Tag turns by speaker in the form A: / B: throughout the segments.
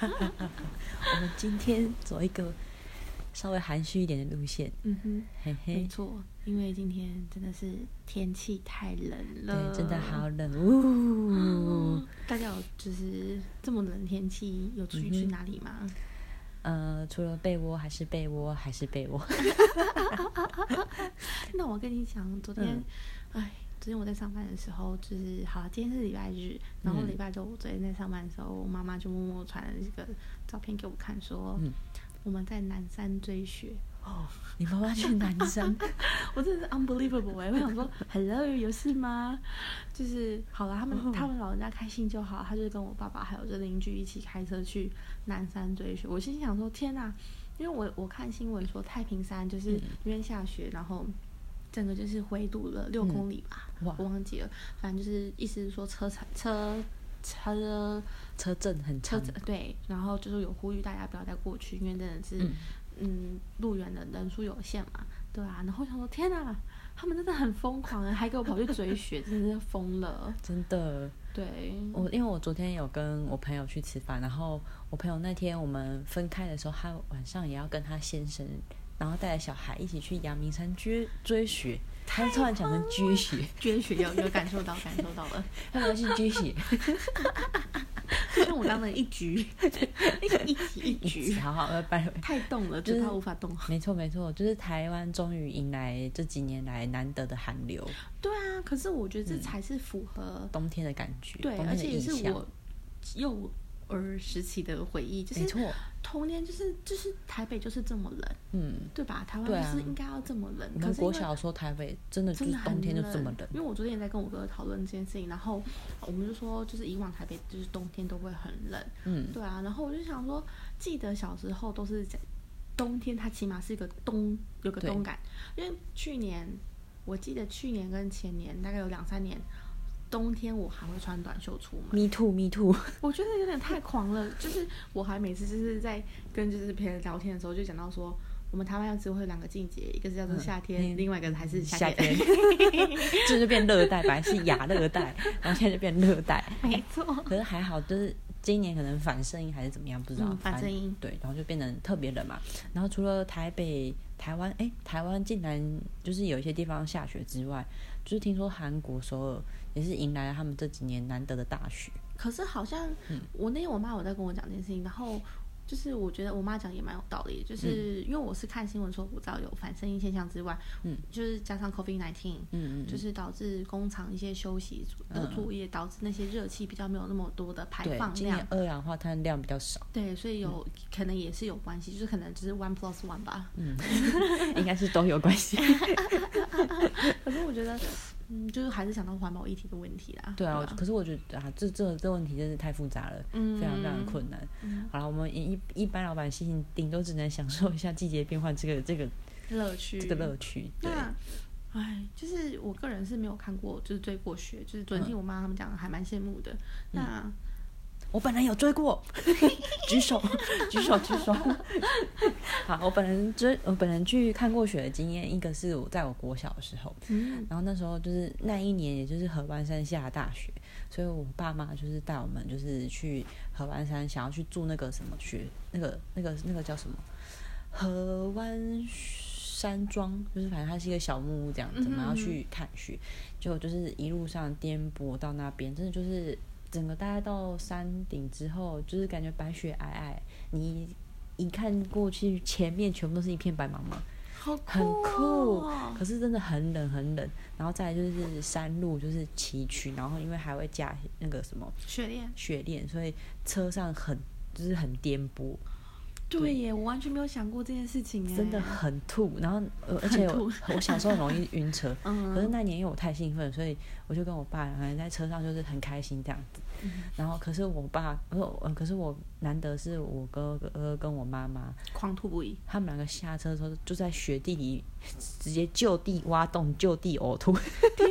A: 我们今天走一个稍微含蓄一点的路线，
B: 嗯哼，
A: 嘿
B: 没
A: 嘿，
B: 错，因为今天真的是天气太冷了，
A: 对，真的好冷，呜，
B: 大家有就是这么冷的天气有出去
A: 嗯哼
B: 去哪里吗？
A: 呃，除了被窝还是被窝还是被窝，
B: 那我跟你讲，昨天
A: 嗯，
B: 哎、昨天我在上班的时候，就是好，今天是礼拜日，然后
A: 嗯
B: 礼拜六我昨天在上班的时候，我妈妈就默默传了这个照片给我看说，
A: 嗯
B: 我们在南山追雪，
A: 哦，你妈妈去南山，
B: 我真的是 unbelievable 哎、我想说，Hello，有事吗？就是好了，他们、
A: 嗯
B: 他们老人家开心就好。他就是跟我爸爸还有这邻居一起开车去南山追雪。我心想说，天哪、因为我我看新闻说太平山就是
A: 嗯
B: 因为下雪，然后整个就是回堵了六公里吧，
A: 嗯哇
B: 我忘记了，反正就是意思是说车程车。车
A: 车震很
B: 车
A: 长，
B: 子对，然后就是有呼吁大家不要再过去，因为真的是，
A: 嗯
B: 嗯入园的人数有限嘛，对啊。然后我想说，天哪，他们真的很疯狂啊，还给我跑去追雪，真的是疯了。
A: 真的。
B: 对，
A: 我因为我昨天有跟我朋友去吃饭，然后我朋友那天我们分开的时候，他晚上也要跟他先生，然后带着小孩一起去阳明山追追雪。他突然讲成追雪，
B: 追雪有有感受到，感受到了，
A: 他们是追 雪，
B: 就跟我刚的一 局，一局一局，
A: 好好，拜拜。
B: 太动了，
A: 就是
B: 直到无法动。
A: 没错没错，就是台湾终于迎来这几年来难得的寒流，
B: 对啊，可是我觉得
A: 嗯
B: 这才是符合
A: 冬天的感觉，
B: 对，
A: 冬
B: 而
A: 天的
B: 且也
A: 意
B: 是
A: 象
B: 我。幼儿时期的回忆，就
A: 没
B: 是
A: 错，
B: 童年，就是就是台北就是这么冷，
A: 嗯，
B: 对吧？台湾
A: 对啊
B: 就是应该要这么冷，
A: 我
B: 可
A: 们
B: 是因
A: 国
B: 为
A: 小的时候台北真的就
B: 真
A: 是
B: 的很
A: 冬天就这么
B: 冷
A: 冷，
B: 因为我昨天也在跟我哥讨论这件事情，然后我们就说，就是以往台北就是冬天都会很冷，
A: 嗯，
B: 对啊，然后我就想说，记得小时候都是在冬天，它起码是一个冬有个
A: 对
B: 冬感，因为去年我记得去年跟前年大概有两三年。冬天我还会穿短袖出门，
A: Me too, me too。
B: 我觉得有点太狂了。就是我还每次就是在跟就是别人聊天的时候，就讲到说，我们台湾要只会有两个季节，一个是叫做夏
A: 嗯
B: 天，另外一个还是
A: 夏
B: 夏
A: 天，这 就变热带，本来是亚热带，然后现在就变热带。
B: 没错，
A: 可是还好，就是今年可能反声音还是怎么样，不知道。
B: 嗯反声音
A: 对，然后就变成特别冷嘛。然后除了台北、台湾，哎，台湾竟然就是有一些地方下雪之外，就是听说韩国首尔也是迎来了他们这几年难得的大雪。
B: 可是好像我那天我妈有在跟我讲这件事情，然后就是我觉得我妈讲也蛮有道理的，就是因为我是看新闻说我知道有反声音现象之外，
A: 嗯，
B: 就是加上 COVID nineteen，
A: 嗯嗯，
B: 就
A: 嗯
B: 是导致工厂一些休息的作业，导致那些热气比较没有那么多的排
A: 对，
B: 放
A: 今年
B: 量。
A: 二氧化碳量比较少，
B: 对，所
A: 嗯
B: 以有、可能也是有关系，就是可能只是 one plus one 吧。
A: 嗯，应该是都有关系。
B: 可是我觉得，嗯，就是还是想到环保议题的问题啦。
A: 对啊，
B: 吧
A: 可是我觉得啊，这这这问题真是太复杂了，
B: 嗯
A: 非常非常困难。好了，我们一一一般老百姓顶多只能享受一下季节变换这个这个
B: 乐趣，
A: 这个乐趣。对，
B: 那，哎，就是我个人是没有看过，就是追过雪，就是
A: 嗯
B: 昨天听我妈他们讲，还蛮羡慕的。那
A: 我本人有追过， 举手， 举手，举手。 好，我本人追，我本人去看过雪的经验，一个是我在我国小的时候，
B: 嗯，
A: 然后那时候就是那一年，也就是合欢山下大雪，所以我爸妈就是带我们就是去合欢山，想要去住那个什么雪，那个那个那个叫什么合湾山庄，就是反正它是一个小木屋这样子，我们要去看雪，就就是一路上颠簸到那边，真的就是整个大概到山顶之后，就是感觉白雪皑皑，你一看过去，前面全部都是一片白茫茫。
B: 好酷、
A: 很酷
B: 哦，
A: 可是真的很冷很冷，然后再来就是山路就是崎岖，然后因为还会加那个什么
B: 雪恋。
A: 雪链，所以车上很就是很颠簸，
B: 对耶，我完全没有想过这件事情耶，
A: 真的很吐。然后呃而且我 我小时候很容易晕车，
B: 嗯，
A: 可是那年因为我太兴奋，所以我就跟我爸两个人在车上就是很开心这样子。然后可是我爸，呃呃可是我难得是我哥哥跟我妈妈，
B: 狂吐不已。
A: 他们两个下车的时候就在雪地里直接就地挖洞、就地呕吐，
B: 天，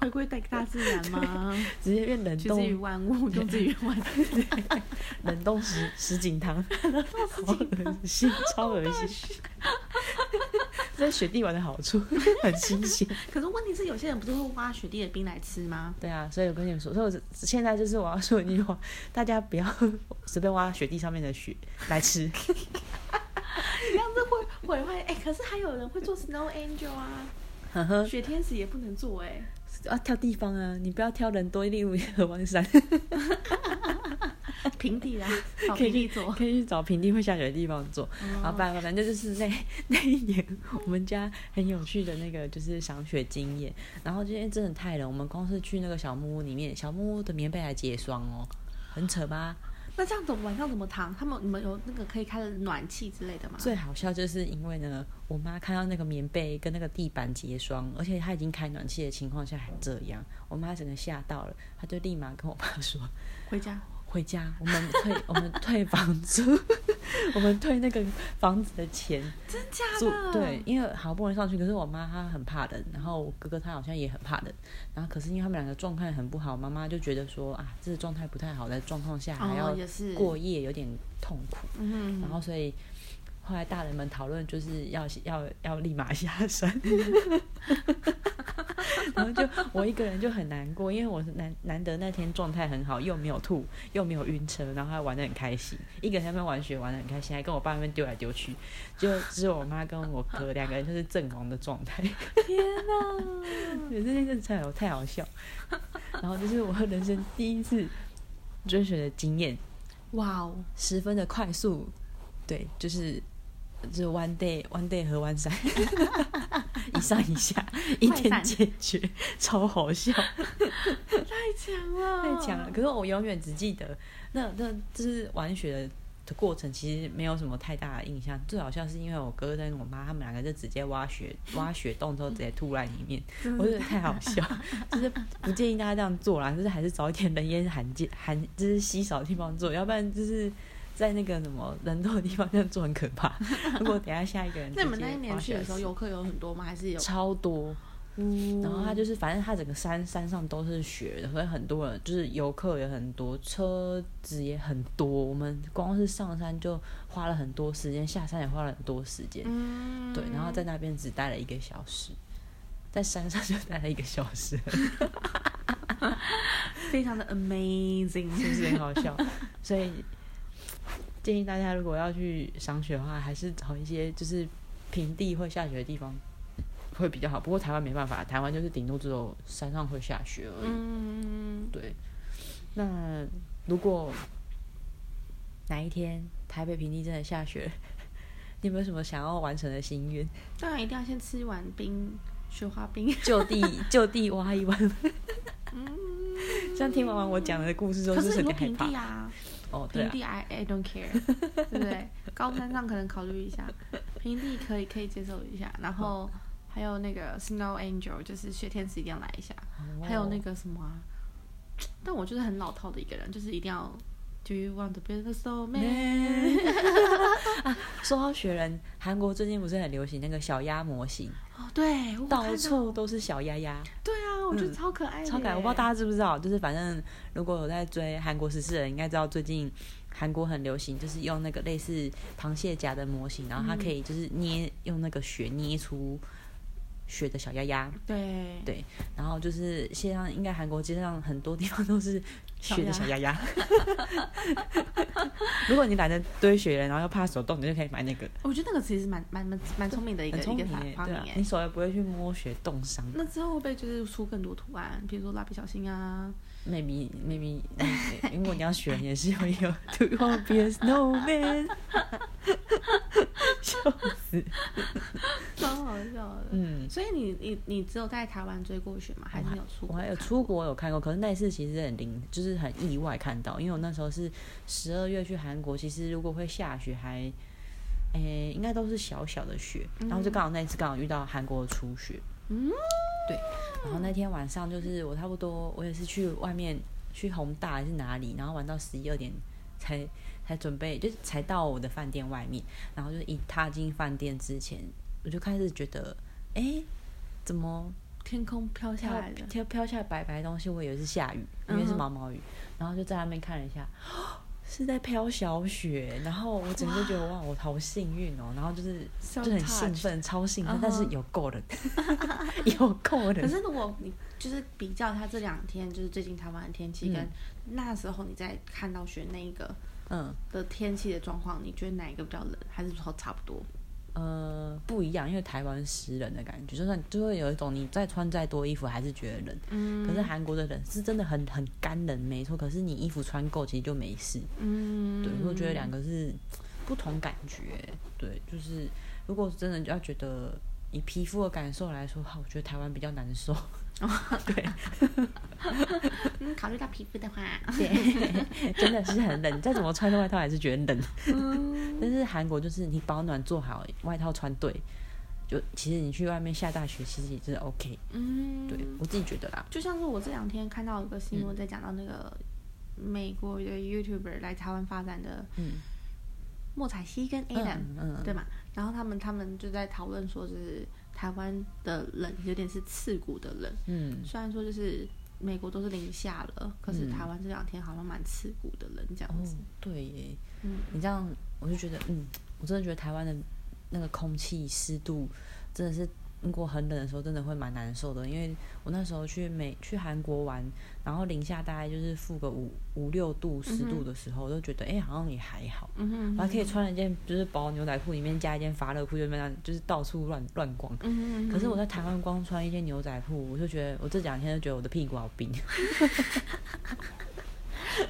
B: 回归大大自 然吗？
A: 直接变冷
B: 取之于
A: 冻
B: 万物，用之于 万物。
A: 冷冻石石井汤，好恶心，超恶心。这是雪地玩的好处，很新鲜。
B: 可是问题是，有些人不是会挖雪地的冰来吃吗？
A: 对啊，所以我跟你们说，所以我是现在就是我要说一句话，大家不要随便挖雪地上面的雪来吃。
B: 这样子会毁坏。哎、可是还有人会做 snow angel 啊，
A: 呵呵，
B: 雪天使也不能做哎、
A: 要挑地方啊，你不要挑人多，例如合欢山，
B: 平地 啦，找平地做。
A: 可以去找平地会下雪的地方做。啊，
B: 哦
A: 反反正就是那那一年，我们家很有趣的那个就是赏雪经验。然后今天真的太冷，我们光是去那个小木屋里面，小木屋的棉被还结霜哦，很扯吧？
B: 那这样子晚上怎么躺？他们你们有那个可以开的暖气之类的吗？
A: 最好笑就是因为呢，我妈看到那个棉被跟那个地板结霜，而且她已经开暖气的情况下还这样，我妈整个吓到了，她就立马跟我爸说。
B: 回家
A: 回家，我们退，我们退房租， 我们退那个房子的钱
B: 真假
A: 住
B: 的？
A: 对，，因为好不容易上去，可是我妈她很怕冷，然后我哥哥他好像也很怕冷，然后可是因为他们两个状态很不好，妈妈就觉得说啊，这个状态不太好的状况下还
B: 哦
A: 要
B: 也是
A: 过夜，有点痛苦，
B: 嗯，
A: 然后所以。后来大人们讨论就是要要要立马下山，然后就我一个人就很难过，因为我是难难得那天状态很好，又没有吐，又没有晕车，然后还玩的很开心，一个人在那边玩雪玩的很开心，还跟我爸那边丢来丢去，就只有我妈跟我哥两个人就是阵亡的状态，
B: 天哪！
A: 对，这件事太好太好笑， 然后这是我人生第一次追雪的经验，
B: 哇哦，
A: 十分的快速，对，就是就是 one day one day 和 one 山，一上一下，一天
B: 快闪
A: 解决，超好笑，
B: 太强了，
A: 太强了。可是我永远只记得那那就是玩雪的过程，其实没有什么太大的印象。最好笑是因为我哥跟我妈他们两个就直接挖雪挖雪洞之后直接吐在里面，
B: 嗯
A: 我觉得太好笑， 就是不建议大家这样做啦，就是还是找一点人烟罕见、罕就是稀少的地方做，要不然就是在那个什么人多的地方这样做很可怕。 如果等一下下一个人，
B: 那你们那一年去的时候，
A: 有
B: 游客有很多吗？还是有？
A: 超多，
B: 嗯
A: 然后它就是反正它整个山山上都是雪，所以很多人就是游客也很多，车子也很多。我们光是上山就花了很多时间，下山也花了很多时间，
B: 嗯
A: 对，然后在那边只待了一个小时。在山上 就待了一个小时，
B: 非常的 amazing，
A: 是不是很好笑？ 所以建议大家如果要去赏雪的话，还是找一些就是平地会下雪的地方会比较好。不过台湾没办法，台湾就是顶多只有山上会下雪而已。
B: 嗯，
A: 对，那如果哪一天台北平地真的下雪， 你有没有什么想要完成的心 愿？
B: 当然一定要先吃一碗冰，雪花冰。
A: 就地就地挖一挖。这样听完完我讲的故事之后，
B: 嗯可
A: 是不
B: 是
A: 是
B: 你
A: 很
B: 说
A: 害
B: 平
A: 怕
B: 地？啊，
A: 哦，对
B: 平
A: 啊，
B: 地 I I don't care，对不对？ 高山上可能考虑一下，平地可以可以接受一下，然后还有那个 Snow Angel，就是雪天使一定要来一下，还有 那
A: 哦
B: 个什么啊，但我就是很老套的一个人，就是一定要 Do you want to be the snowman？
A: 啊说到雪人，韩国最近不是很流行那个小鸭模型，
B: 哦，对，我看
A: 到
B: 到
A: 处都是小鸭鸭。
B: 对啊，我觉得
A: 嗯
B: 超可爱的耶，
A: 超感，我不知道大家知不知道，就是反正如果有在追韩国时事的人，应该知道最近韩国很流行，就是用那个类似螃蟹夹的模型，然后
B: 嗯
A: 它可以就是捏用那个雪捏出雪的小鸭鸭，
B: 对
A: 对然后就是现在应该韩国街上很多地方都是雪的小鸭鸭。 如果你懒得堆雪人，然后又怕手冻，你就可以买那个，
B: 我觉得那个其实蛮蛮蛮蛮聪明的一个
A: 很聪
B: 一
A: 明
B: 个发
A: 耶
B: 发
A: 对
B: 明
A: 啊
B: 耶，
A: 你手也不会去摸雪冻伤。
B: 那之后会不会就是出更多图案，比如说蜡笔小 新啊，
A: maybe maybe，如嗯果你要选也是会有 Do you want to be a snowman？笑死，
B: 超好笑的。
A: 嗯，
B: 所以你你你只有在台湾追过雪吗？还是你有出
A: 我
B: 国？
A: 还有出国有看过，可是那一次其实很灵，就是很意外看到，因为我那时候是十二月去韩国，其实如果会下雪还，诶、应该都是小小的雪，然后就刚好那一次刚好遇到韩国的初雪，
B: 嗯，
A: 然后那天晚上就是我差不多，我也是去外面去宏大还是哪里，然后玩到十一二点才才准备，就是才到我的饭店外面，然后就一踏进饭店之前，我就开始觉得，哎，怎么
B: 天空飘下
A: 飘
B: 来的，嗯
A: 飘飘下白白的东西？我以为是下雨，因为是毛毛雨，然后就在那边看了一下， 是在飘小雪，然后我整个觉得哇，我好幸运哦，然后就是就
B: So
A: 很兴奋，超兴奋，但是
B: 嗯哼
A: 有够 冷，有够
B: 可
A: 冷。
B: 是如果你就是比较它这两天，就是最近台湾的天气，跟那时候你在看到雪那一个
A: 嗯
B: 的天气的状况，你觉得哪一个比较冷，还是说差不多？
A: 呃，不一样，因为台湾湿冷的感觉，就算就会有一种你再穿再多衣服还是觉得冷。
B: 嗯
A: 可是韩国的冷是真的很很干冷，没错。可是你衣服穿够，其实就没事。
B: 嗯
A: 对，我觉得两个是不同感觉。欸对，就是如果真的要觉得以皮肤的感受来说，哈，我觉得台湾比较难受。 对，
B: 嗯，考虑到皮肤的话，
A: 对，真的是很冷，你再怎么穿的外套还是觉得冷。
B: 嗯，
A: 但是韩国就是你保暖做好，外套穿对，就其实你去外面下大雪，其实也是 OK
B: 嗯
A: 对。嗯我自己觉得啦，
B: 就像是我这两天看到一个新闻，在讲到那个美国的 YouTuber 来台湾发展的
A: 嗯
B: 莫彩希跟 a d a m
A: 嗯嗯，
B: 对嘛？然后他们他们就在讨论说，就是台湾的冷有点是刺骨的冷，
A: 嗯
B: 虽然说就是美国都是零下了，可是
A: 嗯
B: 台湾这两天好像蛮刺骨的冷这样
A: 哦
B: 子。，
A: 对耶，
B: 嗯
A: 你这样我就觉得，嗯，我真的觉得台湾的那个空气湿度真的是，如果很冷的时候，真的会蛮难受的。因为我那时候去美去韩国玩，然后零下大概就是负个五五六度、十度的时候，我就觉得哎、好像也还好。
B: 嗯哼嗯
A: 我还
B: 哼
A: 可以穿了一件就是薄牛仔裤，里面加一件发热裤，就那样就是到处乱乱逛。
B: 嗯哼，
A: 可是我在台湾光穿一件牛仔裤，我就觉得我这两天就觉得我的屁股好冰。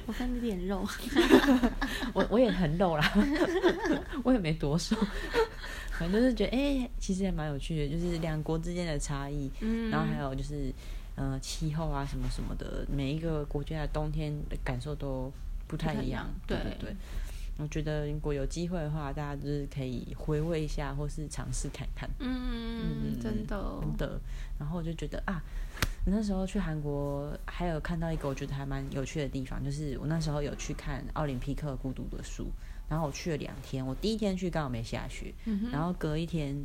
B: 我看你 脸肉，
A: 我我也很肉啦， 我也没多瘦， 反正就是觉得哎、其实还蛮有趣的，就是两国之间的差异，
B: 嗯
A: 然后还有就是呃气候啊什么什么的，每一个国家的冬天的感受都不太一样。
B: 不太一样
A: 对
B: 对
A: 对。我觉得如果有机会的话，大家就是可以回味一下，或是尝试看看。
B: 嗯，真的，
A: 真的。然后我就觉得啊，我那时候去韩国还有看到一个我觉得还蛮有趣的地方，就是我那时候有去看奥林匹克《孤独的树》，然后我去了两天，我第一天去刚好没下雪，
B: 嗯哼
A: 然后隔一天，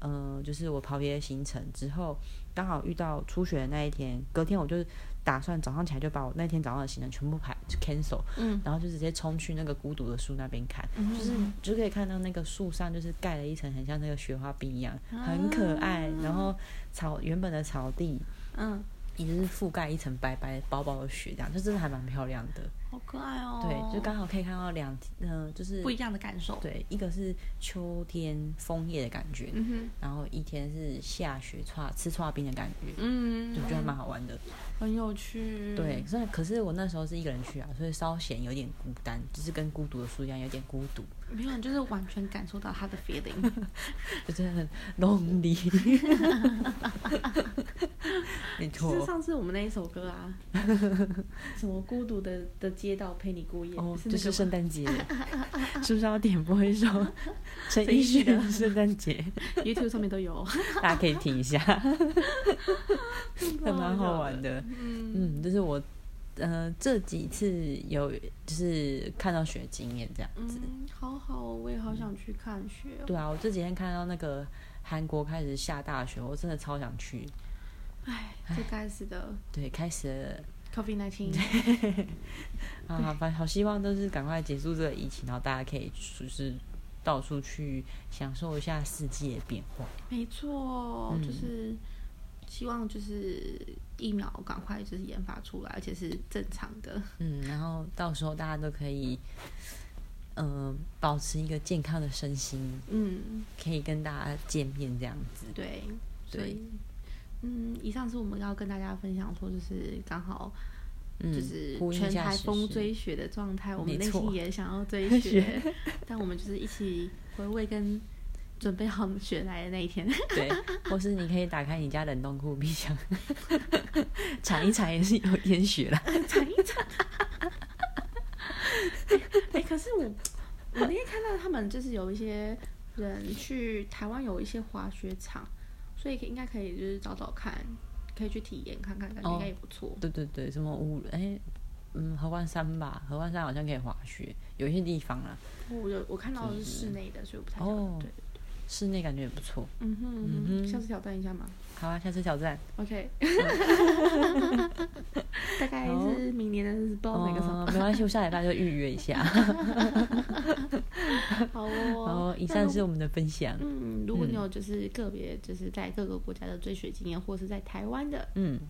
A: 呃，就是我跑别的行程之后，刚好遇到初雪的那一天，隔天我就打算早上起来就把我那天早上的行程全部排 cancel，
B: 嗯
A: 然后就直接冲去那个孤独的树那边看，
B: 嗯
A: 就是就可以看到那个树上就是盖了一层很像那个雪花冰一样，
B: 啊
A: 很可爱。然后草原本的草地
B: 嗯，
A: 也就是覆盖一层白白薄薄的雪，这样就真的还蛮漂亮的。
B: 好可爱哦。
A: 对，就刚好可以看到两嗯、就是
B: 不一样的感受。
A: 对，一个是秋天枫叶的感觉，
B: 嗯哼，
A: 然后一天是下雪串吃串冰的感觉。
B: 嗯，
A: 我觉得还蛮好玩的，
B: 很有趣。
A: 对，，所以可是我那时候是一个人去啊，所以稍显有点孤单，就是跟孤独的树一样，有点孤独。
B: 没有，就是完全感受到他的 feeling。
A: 就是很 lonely。没
B: 就是
A: 错，
B: 上次我们那一首歌 啊，什么孤独的的街道陪你过夜，
A: 哦，
B: 是那
A: 就
B: 个
A: 是
B: 吗
A: 圣诞节，是不是要点播一首陈奕迅的《圣诞节
B: YouTube 上面都有，》？
A: 大家可以听一下，还蛮好玩的。
B: 嗯
A: 嗯，就是我。呃，这几次有就是看到雪经验这样子，
B: 嗯，好好哦，我也好想去看雪哦。
A: 对啊，我这几天看到那个韩国开始下大雪，我真的超想去。
B: 唉，这该死的
A: 对，开始了
B: COVID nineteen，
A: 啊，反正好希望都是赶快结束这个疫情，然后大家可以就是到处去享受一下世界的变化。
B: 没错，
A: 嗯
B: 就是希望就是疫苗赶快就是研发出来，而且是正常的。
A: 嗯，然后到时候大家都可以，嗯、保持一个健康的身心，
B: 嗯，
A: 可以跟大家见面这样子。
B: 对，所
A: 对
B: 以。嗯，以上是我们要跟大家分享说，就是刚好
A: 嗯，
B: 就是
A: 呼应
B: 全
A: 一下
B: 台
A: 时
B: 风
A: 事
B: 追雪的状态，我
A: 没
B: 们内
A: 错
B: 心也想要 追
A: 雪
B: 雪， 但我们就是一起回味跟准备好雪来的那一天。
A: 对，或是你可以打开你家冷冻库冰箱， 铲一铲也是有点雪啦。
B: 哎、可是我我那天看到他们就是有一些人去台湾有一些滑雪场，所以应该可以就是找找看，可以去体验看看，感觉
A: 哦
B: 应该也不错。
A: 对对对，什么五哎，嗯，合欢山吧，合欢山好像可以滑雪，有一些地方啦。
B: 我有我看到的是
A: 就是
B: 室内的，所以我不太晓得。
A: 哦
B: 对，
A: 室内感觉也不错。
B: 嗯哼嗯
A: 嗯
B: 哼，
A: 哼
B: 下次挑战一下嘛。
A: 好啊，下次挑战。
B: OK，大概
A: 好
B: 是明年的日报那个什么
A: 哦？没关系，我下礼拜就预约一下。
B: 好 哦。
A: 哦，以
B: 那
A: 上
B: 如
A: 是我们的分享。
B: 嗯，如果你
A: 嗯
B: 有就是个别就是在各个国家的追雪经验，或是在台湾的，
A: 嗯，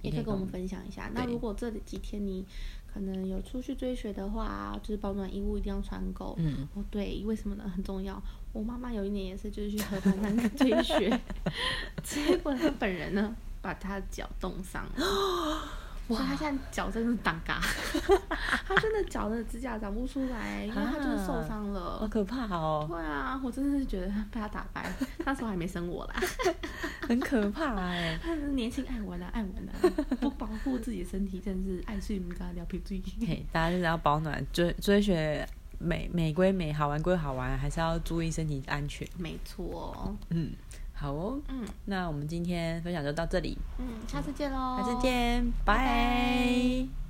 B: 也可以跟我们分享一下。那
A: 对
B: 如果这几天你可能有出去追雪的话，就是保暖衣物一定要穿够。
A: 嗯，
B: 哦，对，为什么呢？很重要。我妈妈有一年也是，就是去河畔那里追雪， 结果她本人呢，把她脚冻伤了， 所以她现在脚真的是挡 嘎，她真的脚的指甲长不出来，因为她就是受
A: 啊
B: 伤了。
A: 好可怕哦，
B: 对啊，我真的是觉得被他打败，那时候还没生我啦，
A: 很可怕哎。
B: 他是年轻爱玩啊，爱玩啊，不保护自己的身体真的是爱睡不干聊皮醉。
A: 嘿，大家就是要保暖，追追雪美美归美，好玩归好玩，还是要注意身体安全。
B: 没错，
A: 嗯，好哦，
B: 嗯
A: 那我们今天分享就到这里，
B: 嗯，下次见喽，
A: 下次见，拜
B: 拜拜
A: 拜